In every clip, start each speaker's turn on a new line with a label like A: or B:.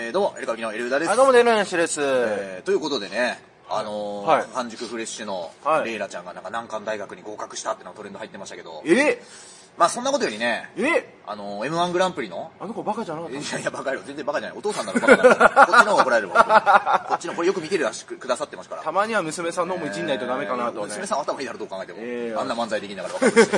A: えーどうも、エルカギのエルダです。
B: あ、どうも、デルヤンシです。
A: えーということでね、あのー
B: はい
A: 半熟フレッシュの
B: はい
A: レイラちゃんがなんか難関大学に合格したってのがトレンド入ってましたけど、
B: え
A: まあそんなことよりね、
B: え
A: あのー M1 グランプリの、
B: あの子バカじゃなかっ
A: いやいや、バカ野郎、全然バカじゃない。お父さんならバカだから。こっちの方が怒られるわ。こっちの、これよく見てるらしくくださってますから。
B: たたまには娘さんのもいじんないとダメかなと
A: えー
B: ね。
A: 娘さん頭いいだろ、どう考えても。
B: えー
A: あんな漫才できながらバカだし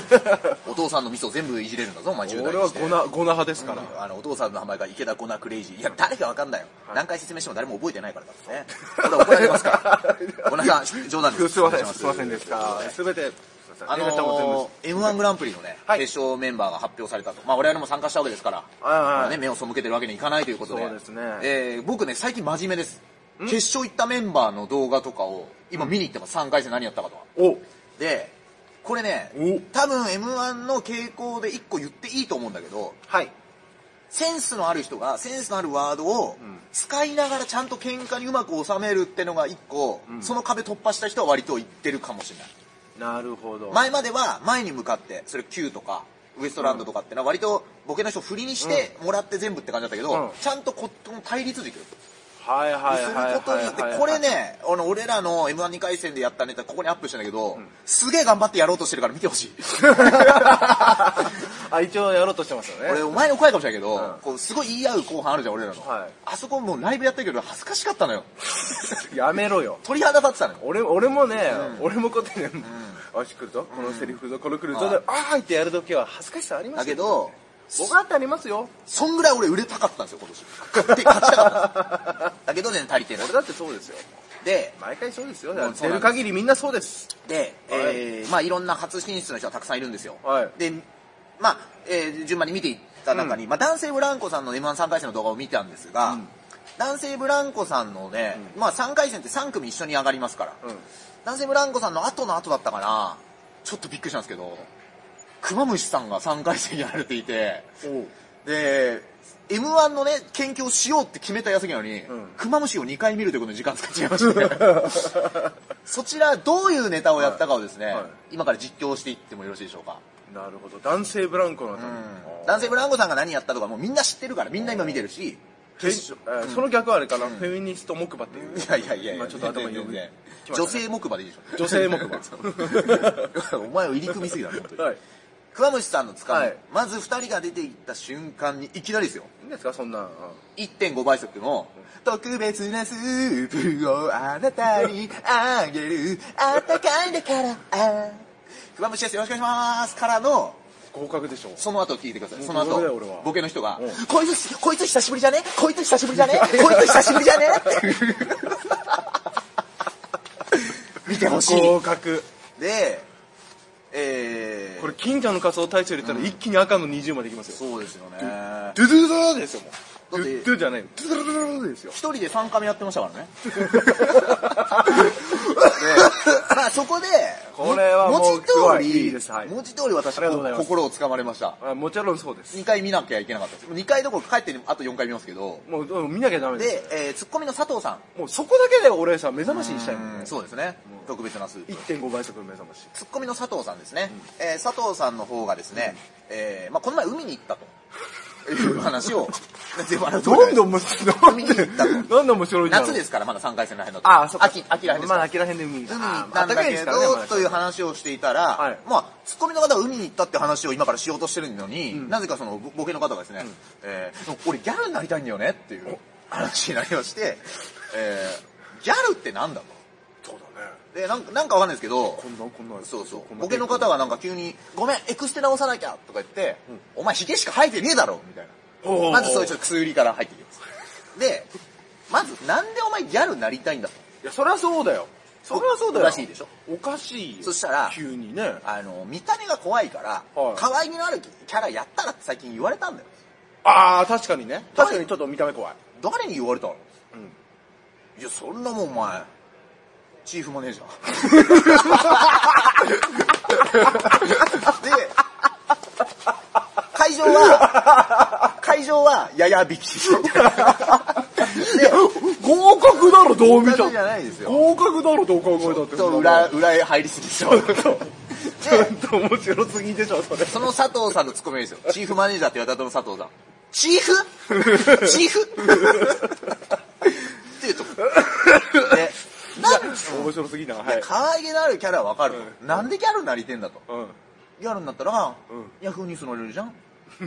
A: お父さんのミスを全部いじれるんだぞ、お前10代
B: 俺
A: に
B: は
A: して
B: ゴナ、ゴナ派ですから。
A: あのお父さんの名前が池田コナクレイジーいや誰かわかんないよ、何回説明しても誰も覚えてないからだっ てねそれは怒られますからコナさん冗談です
B: すいませ
A: お
B: ん、
A: 願し
B: すいませんでした。すべて、
A: あの
B: 映画ちゃんも全部
A: ー、m 1グランプリのね、
B: はい
A: 決勝メンバーが発表されたと、まあ、我々も参加したわけですから、
B: はいはい
A: あのね、目を背けてるわけにいかないということで
B: そうですね
A: えー僕ね最近真面目です決勝行ったメンバーの動画とかを今見に行ってます3回戦何やったかとか
B: お
A: でこれね
B: お
A: 多分 m 1の傾向で1個言っていいと思うんだけど
B: はい。
A: センスのある人がセンスのあるワードを使いながらちゃんと喧嘩にうまく収めるってのが一個、
B: ん
A: その壁突破した人は割と言ってるかもしれない
B: なるほど。
A: 前までは前に向かってそれ Q とかウエストランドとかってのは割とボケの人を振りにしてもらって全部って感じだったけど、
B: うん
A: ちゃんとここの対立軸をす
B: はいはい
A: る
B: はい
A: ことによって
B: はい。
A: これ。ねあの俺らの m 1 2回戦でやったネタここにアップしたんだけど、すげえ頑張ってやろうとしてるから見てほ しい
B: あ、一応やろうとしてますよ
A: 俺
B: ね。
A: お前の声かもしれないけど、
B: うん
A: こうすごい言い合う後半あるじゃん俺らの、
B: はい
A: あそこもうライブやったけど恥ずかしかったのよ
B: やめろよ。
A: 鳥肌立ってたのよ
B: 俺俺もね、俺もこうやってね、あし来るぞ、このセリフぞ、これ来るぞ、
A: はい
B: であーいってやるときは恥ずかしさあります
A: だけ
B: よ
A: ど
B: 僕だってありますよ。
A: そんぐらい俺売れたかったんですよ今年買って買ったかっただけど全然足りてない
B: 俺だってそうですよ。
A: で
B: 毎回そうですよ
A: もうそうな
B: 出
A: んです
B: る限りみんなそうです
A: で、えーまあいろんな初進出の人はたくさんいるんですよ、
B: はい
A: でまあ、えー順番に見ていった中に、まあ、男性ブランコさんの m 1 3回戦の動画を見たんですが、
B: うん
A: 男性ブランコさんのね、まあ、3回戦って3組一緒に上がりますから、
B: うん
A: 男性ブランコさんの後の後だったかなちょっとびっくりしたんですけどクマムシさんが3回戦やられていてで m 1のね研究をしようって決めた矢先なのに、
B: ん
A: クマムシを2回見るということに時間使っちゃいま したねそちらどういうネタをやったかをですね、
B: はいはい
A: 今から実況していってもよろしいでしょうか、
B: なるほど男性ブランコのために
A: 男性ブランコさんが何やったとかもうみんな知ってるからみんな今見てるし
B: フェえーその逆はあれかな、フェミニスト木馬っていう
A: いやいやいやいや
B: 今ちょっと頭に呼
A: 全
B: び
A: 然
B: 来ま
A: 女
B: したね
A: 性木馬でいいでしょ
B: 女性木馬
A: お前を入り組みすぎだね本 当に、
B: はい
A: 桑虫さんのつかみ、
B: はい
A: まず2人が出ていった瞬間にいきなりですよ
B: いいんですかそんな、うん
A: 1.5倍速の特別なスープをあなたにあげるあったかいんだからあクマムシですよろしくお願いしますからの
B: 合格でしょう
A: その後聞いてください
B: もう
A: その
B: 合格だ
A: 後
B: よ俺は
A: ボケの人が
B: うん
A: 「こいつこいつ久しぶりじゃねこいつ久しぶりじゃねこいつ久しぶりじゃね」 っていう見てほしい
B: 合格
A: でえー、
B: これ近所の仮想体操入れたら一気に赤の20までいきますよ、
A: そうですよね
B: ドゥドゥドゥドゥですよも
A: だ
B: うド
A: って
B: ゥドゥじゃないドゥドゥドゥドゥドゥですよ
A: 一人で3回目やってました からねでまあそこで
B: これはもう
A: 文字通
B: すご
A: り
B: いいいですはい
A: 文字通り私
B: ありがとうございます
A: 心をつかまれました
B: あもちろんそうです
A: 2回見なきゃいけなかったです2回どころか帰ってあと4回見ますけど
B: もううん見なきゃダメです
A: で、えーツッコミの佐藤さん
B: もうそこだけで俺さ目覚ましにしたいもんね
A: そうですね特別なスープ
B: 1.5倍速の目覚まし
A: ツッコミの佐藤さんですね、えー佐藤さんの方がですね、えーまあ、この前海に行ったという話 を全部笑うとこじゃない
B: どんどん面白
A: 見
B: い
A: に行ったの
B: どんどん面白いんだろう
A: 夏ですからまだ3回戦らへんだと
B: ああ、そっか。
A: 秋秋らへんですから
B: まだ秋らへんで海に
A: 海に行ったんだけど、という話をしていたら、
B: はい
A: まあ、ツッコミの方が海に行ったって話を今からしようとしてるのに、なぜかそのボボケの方がですね、えー俺ギャルになりたいんだよねっていう話になりまして、えーギャルってなんだと。
B: そうだね。
A: で、なんか、なんかわかんないですけど
B: こ、んなんこんなん。
A: そうそう。
B: な
A: ボケの方がなんか急に、ごめん、エクステ直さなきゃとか言って、お前ヒゲしか生えてねえだろみたい
B: お
A: な。ま
B: ー
A: ずそういうちょっと薬売りから入ってきます。で、まずなんでお前ギャルになりたいんだと。
B: いや、そりゃそうだよ。そりゃそうだよ。
A: おかしいでしょ。
B: おかしいよ。
A: そしたら
B: 急にね。
A: あの見た目が怖いから、
B: はい
A: 可愛げのあるキャラやったらって最近言われたんだよ
B: ああ、確かにね。
A: はい
B: 確かにちょっと見た目怖い。
A: 誰に言われたの
B: うん。
A: いやそんなもんお前チーフマネージャーで会場は会場はやや引きで
B: 合格だろ、どう見た
A: 合格じゃないですよ
B: 合格だろ、どう考えたっ
A: ちょ
B: て。
A: っと裏裏へ入りすぎでしょで
B: ちょっと面白すぎでし ょ、それ。
A: その佐藤 さんのツッコミですよチーフマネージャーって言われた後の佐藤さんチーフチーフ
B: 白すぎなはい
A: 可愛げのあるキャラはわかると、
B: うん
A: なんでギャルになりてんだと。
B: うん
A: ギャルになったら、
B: うん
A: ヤフーニュースになれる じゃん。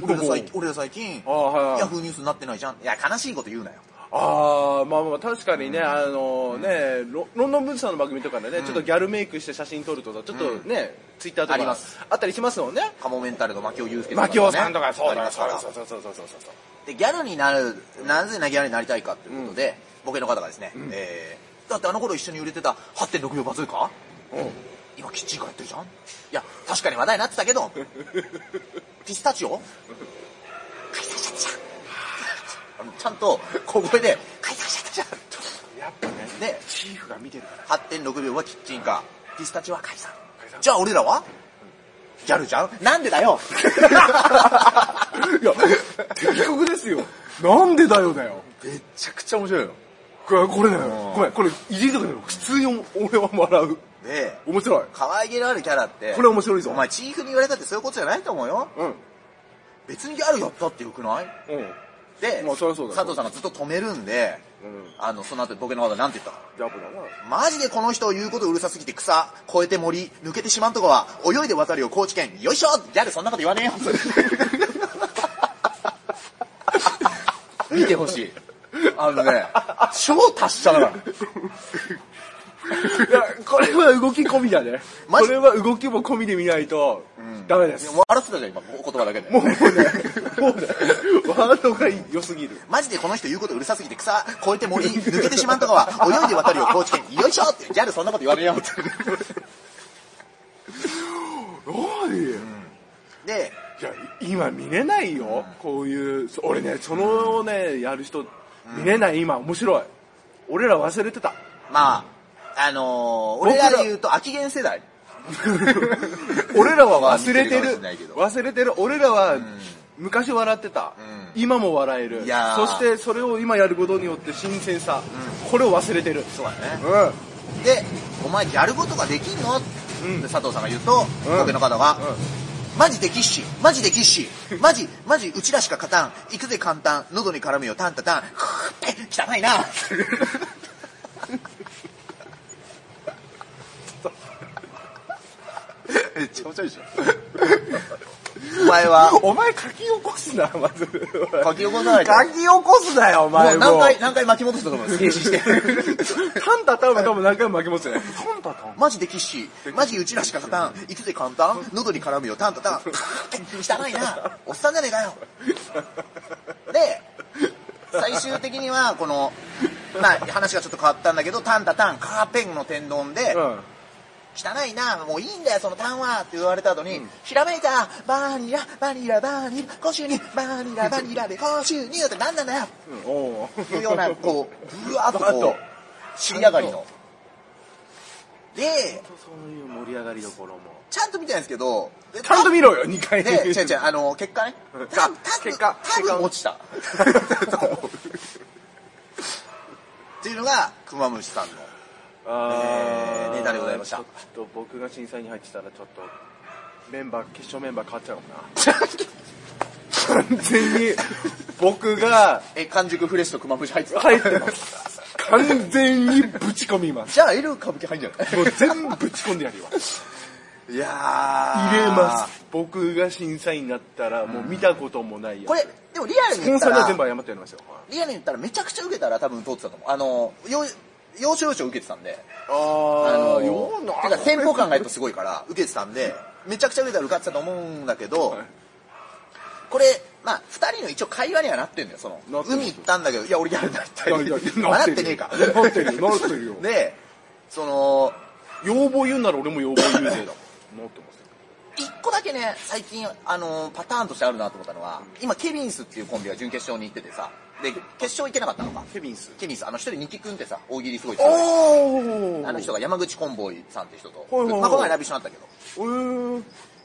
A: 俺ら最近、俺ら最近、
B: ああはい
A: ヤフーニュースになってないじゃん。いや、悲しいこと言うなよ。
B: ああまあまあ確かにね、あのねロロンドンブーツさんの番組とかでね、ちょっとギャルメイクして写真撮るとかちょっとね、ツイッターとか
A: あります
B: あったりしますもんね
A: カモメンタルのマキオユウスケ
B: マキオさんとか
A: そ
B: そうう
A: だ
B: だ
A: か
B: そう
A: ら
B: だ。そうだそうだそうだそうだ
A: で、ギャルになる、なぜなギャルになりたいかということで、ボケの方がですね、えー、だってあの頃一緒に売れてた8.6秒バズーカ今キッチンカーやってるじゃんいや、確かに話題になってた けど、ピスタチオ開拓者だじゃんあのちゃんと小声で、開拓者だじゃん
B: やっぱね
A: で
B: チーフが見てるから
A: 8.6秒はキッチンカー、ピスタチオは解散
B: 解。散
A: じゃあ俺らはギャルじゃんなんでだ よ
B: いや的確ですよなんでだよだよ
A: めちゃくちゃ面白いよ。
B: これこれね
A: ん
B: ごめんこれいじりとかでも普通に俺は笑う
A: で、
B: 面白い
A: 可愛げのあるキャラって、
B: これ面白いぞ
A: お前チーフに言われたってそういうことじゃないと思うよ。
B: うん
A: 別にギャルやったってよくない
B: うん
A: で、
B: まあそりゃそうだよ
A: 佐藤さんがずっと止めるんで、
B: うん
A: あの、その後ボケの方がなんて言ったか
B: ジャブだな
A: マジでこの人を言うことうるさすぎて草、越えて森、抜けてしまんとこは、泳いで渡るよ高知県、よいしょギャルそんなこと言わねえよ 見てほしい。あのね、超達者だから。
B: いや、これは動き込みだね。
A: マ
B: こ
A: ジ
B: れは動きも込みで見ないと、ダメです。
A: いや
B: も
A: もう笑ってたじゃん、今、お言葉だけで。
B: うね、もうね、ワードが良すぎる。
A: マジでこの人言うことうるさすぎて草越えて森抜けてしまうとかは泳いで渡るよ高知県よいしょってギャルそんなこと言わねえよって
B: 何い
A: で
B: や、今見れないよ。こういう、そ俺ね、そのね、やる人、見れない今、面白い。俺ら忘れて た。
A: まああのー、
B: 僕
A: 俺
B: ら
A: らで言うと秋元世代
B: 俺らは忘れ
A: ま
B: て
A: あ見てるかも
B: る
A: しれないけど。
B: 忘れてる。俺らは、昔笑ってた。今も笑える
A: いや。ー
B: そして、それを今やることによって新鮮さ。これを忘れてる。
A: そうだね
B: うん。
A: でお前ギャルことができんの、
B: う
A: っ
B: ん
A: て佐藤さんが言うと、
B: うん
A: ボケの方が、
B: うん
A: マジでキッシーマジでキッシーマジマジうちらしか勝たん行くぜ簡単喉に絡むよタンタタンふっぺ汚いな
B: めっちゃ面白いでしょ。
A: お前は
B: お前書き起こすな、まず。
A: 書き起こさないと
B: 書き起こすなよ、お前
A: もう何 回何回巻き戻したと思う停止して
B: タンタタンは多分何回も負けますよね。タンタタン
A: マジでキッシー。マジうちらしか勝たん。行くぜ簡単。喉に絡むよ、タンタタン。汚いな。おっさんじゃねえかよ。で、最終的には、この、まあ、話がちょっと変わったんだけど、タンタタン、カーペンの天丼で、汚いな、もういいんだよ、そのタンはって言われた後に、ひらめいた、バニラ、バニラ、バニラ、コシュニ、バニラ、バニラで、コシュニって何なんだよ
B: うん。おう
A: いうような、こう、ぶわっと
B: ぶわ
A: こ
B: っと
A: う、尻上がりの。で、
B: そういう盛り上がりどころも。
A: ちゃんと見てないんですけど、で
B: ちゃんと見ろよ、2回
A: で、違う違う、あの、結果ね。
B: うん
A: た
B: あ結果
A: 多
B: 結果
A: 分落ちた。 っていうのが、クマムシさんの。
B: あ
A: えーネタでございました
B: ちょっと僕が審査員に入ってたら、ちょっと、メンバー、決勝メンバー変わっちゃうかな。完全に、僕 が
A: え、完熟フレッシュとクマムシ入ってた。
B: 入ってます。完全にぶち込みます。
A: じゃあ、L 歌舞伎入んじゃない
B: もう全部ぶち込んでやるよ。
A: いや
B: 入
A: 入
B: れます。僕が審査員になったら、もう見たこともないやつ
A: これ、でもリアルに
B: コ
A: 言っ
B: ン
A: た
B: サルは全
A: ら、
B: 部謝ってやりますよ。
A: リアルに言ったらめちゃくちゃ受けたら多分通ってたと思う。あの、よ要所要所受けてたんで。あ
B: あ
A: のてかテンポ感がやっぱすごいから受けてたんでめちゃくちゃ受けたら受かってたと思うんだけど、
B: はい
A: これまあ2人の一応会話にはなってんだよそ
B: な
A: の
B: ってる
A: 海行ったんだけどいや俺ギャルになりたい なってねえか
B: なってるよ、なってるよ。
A: でその
B: 要望言うなら俺も要望言うぜだ もん。なってますよ。
A: 1個だけね最近あのパターンとしてあるなと思ったのは今ケビンスっていうコンビが準決勝に行っててさで決勝行けなかったのか
B: ケビンス。
A: ケビンスあの一人ニキ君ってさ大喜利すごい強い
B: おー
A: あの人が山口コンボイさんって人と、
B: はいはいはい
A: まあ、今回ラビッシュになったけど
B: えー。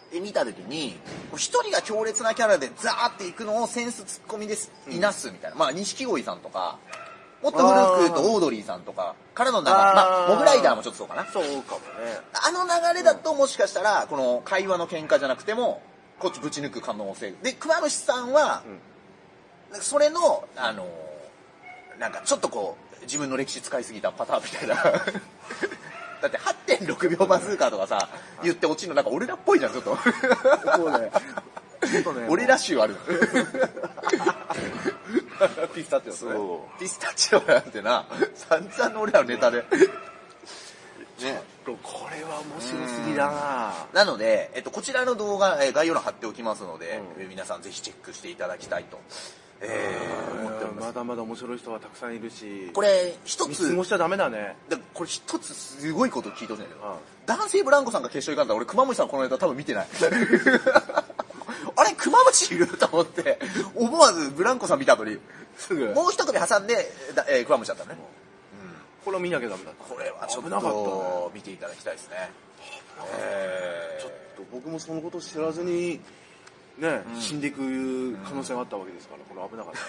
A: で見た時にこう一人が強烈なキャラでザーっていくのをセンスツッコミですいなすみたいな、まあ錦鯉さんとかもっと古く言うとオードリーさんとかからの流れ
B: あー
A: まあモグライダーもちょっとそうかな
B: そうかもね。
A: あの流れだともしかしたらこの会話の喧嘩じゃなくてもこっちぶち抜く可能性で熊虫さんは、
B: うん
A: なんかそれのあのーなんかちょっとこう自分の歴史使いすぎたパターンみたいな だって8.6秒バズーカーとかさ、言って落ちるのなんか俺らっぽいじゃん、ちょっと。
B: そうね。ちょっとね。
A: 俺ら集ある。
B: ピスタチオですね。
A: ピスタチオなんてな、散々の俺らのネタで。ね。
B: これは面白すぎだな
A: なので、えっと、こちらの動画、えー概要欄貼っておきますので、
B: うん
A: えー皆さんぜひチェックしていただきたいと、えー思っております。
B: まだまだ面白い人はたくさんいるし、
A: これ、一
B: 見
A: つ
B: 過、ごしちゃダメだね。
A: だこれ一つすごいこと聞いてほしいんだけど、
B: うん
A: 男性ブランコさんが決勝行かんだら俺熊虫さんのこのネタ多分見てない。 あれ熊虫いると思って、思わずブランコさん見た後に、
B: すぐ。
A: もう一組挟んで、だえー、熊虫だったのね。
B: これを見なきゃダメだって。
A: これはちょっ
B: 危なかったね
A: と見ていただきたいですね。えー
B: 僕もそのことを知らずに、ね、死んでいく可能性があったわけですから、これ危なかったね。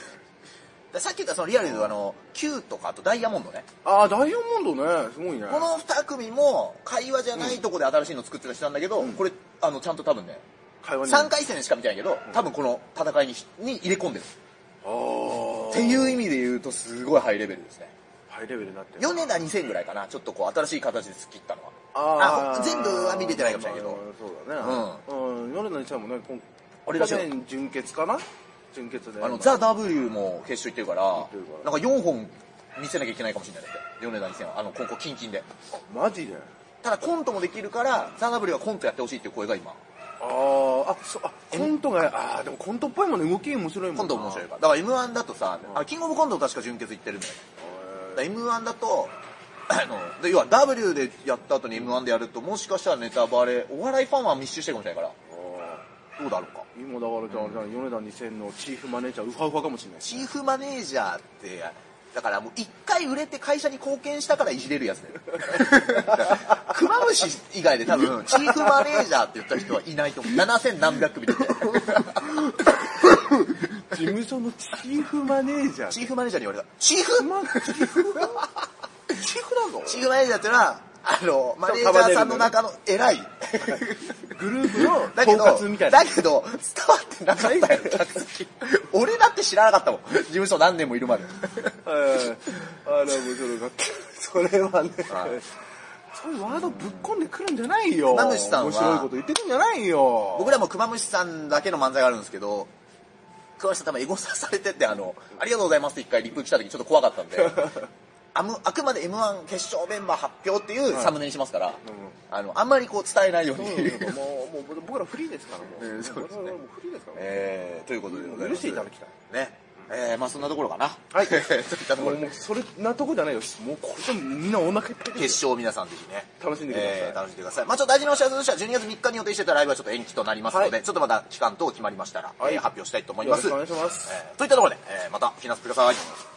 A: でさっき言ったそのリアルで言うとあの、Q とかあとダイヤモンドね。
B: ああ、ダイヤモンドね、すごいね。
A: この二組も会話じゃないとこで新しいの作ってた人なんだけど、これ、あの、ちゃんと多分ね、
B: 会話に。
A: 3回戦しか見てないけど、多分この戦いにに入れ込んでる。
B: ああ。
A: っていう意味で言うとすごいハイレベルですね。
B: ハイレベルになってる。
A: 米田2000ぐらいかな、ちょっとこう新しい形で突っ切ったのは。
B: あー
A: 全部は見れてないかもしれないけど
B: まあそうだね。うん。夜の日さんもね、今
A: 俺らしい
B: 去年準決かな準決で。
A: あの、ザ・ W も決勝行ってるから
B: ってるか、
A: なんか4本見せなきゃいけないかもしれないって。米田2000は、あの、ここキンキンで。
B: マジで
A: ただコントもできるから、ザ・ W はコントやってほしいっていう声が今、
B: ああ、あ、そう、あ、コントが、ああ、でもコントっぽいもんね、動き面白いもんな
A: コント面白いから。だから M1 だとさ、あキングオブコントも確か準決行ってるんだよね。だから M1 だと、あの、で要は W でやった後に M1 でやると、もしかしたらネタバレ、お笑いファンは密集してるかもしれないから、
B: あ
A: どうだろうか。
B: ー今だからじゃあ、じゃあ米田2000のチーフマネージャー、ウハウハかもしれない。
A: チーフマネージャーって、だからもう一回売れて会社に貢献したからいじれるやつだよ。 クマムシ以外で多分、チーフマネージャーって言った人はいないと思う。7000何百 組で。
B: 事務所のチーフマネージャー。
A: チーフマネージャーに言われた。チーフ
B: まチーフチーフなの
A: チーフマネージャーってのは、あの、マネージャーさんの中の偉い。
B: グループの
A: だけど、
B: 統括みたいな
A: だ。けど、伝わってなかったよ、客席。 俺だって知らなかったもん。事務所何年もいるまで。
B: はいあら、面白かった。 それはね
A: はい、
B: そういうワードぶっ込んでくるんじゃないよ。
A: 馬主さんは
B: 面白いこと言ってくんじゃないよ。
A: 僕らも熊虫さんだけの漫才があるんですけど、熊虫さん多分エゴサされてて、あの、ありがとうございますって一回リプ来た時ちょっと怖かった んで、あむあくまで M1 決勝メンバー発表っていうサムネにしますから、あの、あんまりこう伝えないように。
B: そうもう、もう僕らフリーですから、もう。
A: えーそうですね
B: 我々もうフリーですから、も
A: えー、ということでございます。
B: 許していただきたい
A: ね。えー、まあそんなところかな。
B: はい
A: といったとこ
B: う
A: ろ
B: も
A: で
B: う、それなとこじゃないよ。もう、これでもみんなお腹いっぱいですよ。
A: 決勝を皆さんぜひね。
B: 楽しんでください
A: えー楽しんでください。まあちょっと大事なお知らせとしては、12月3日に予定してたライブはちょっと延期となりますので、
B: はい
A: ちょっとまた期間等決まりましたら、
B: はい
A: えー発表したいと思います。
B: よろしくお願いします
A: えーといったところで、えーまたお聞きなさってください。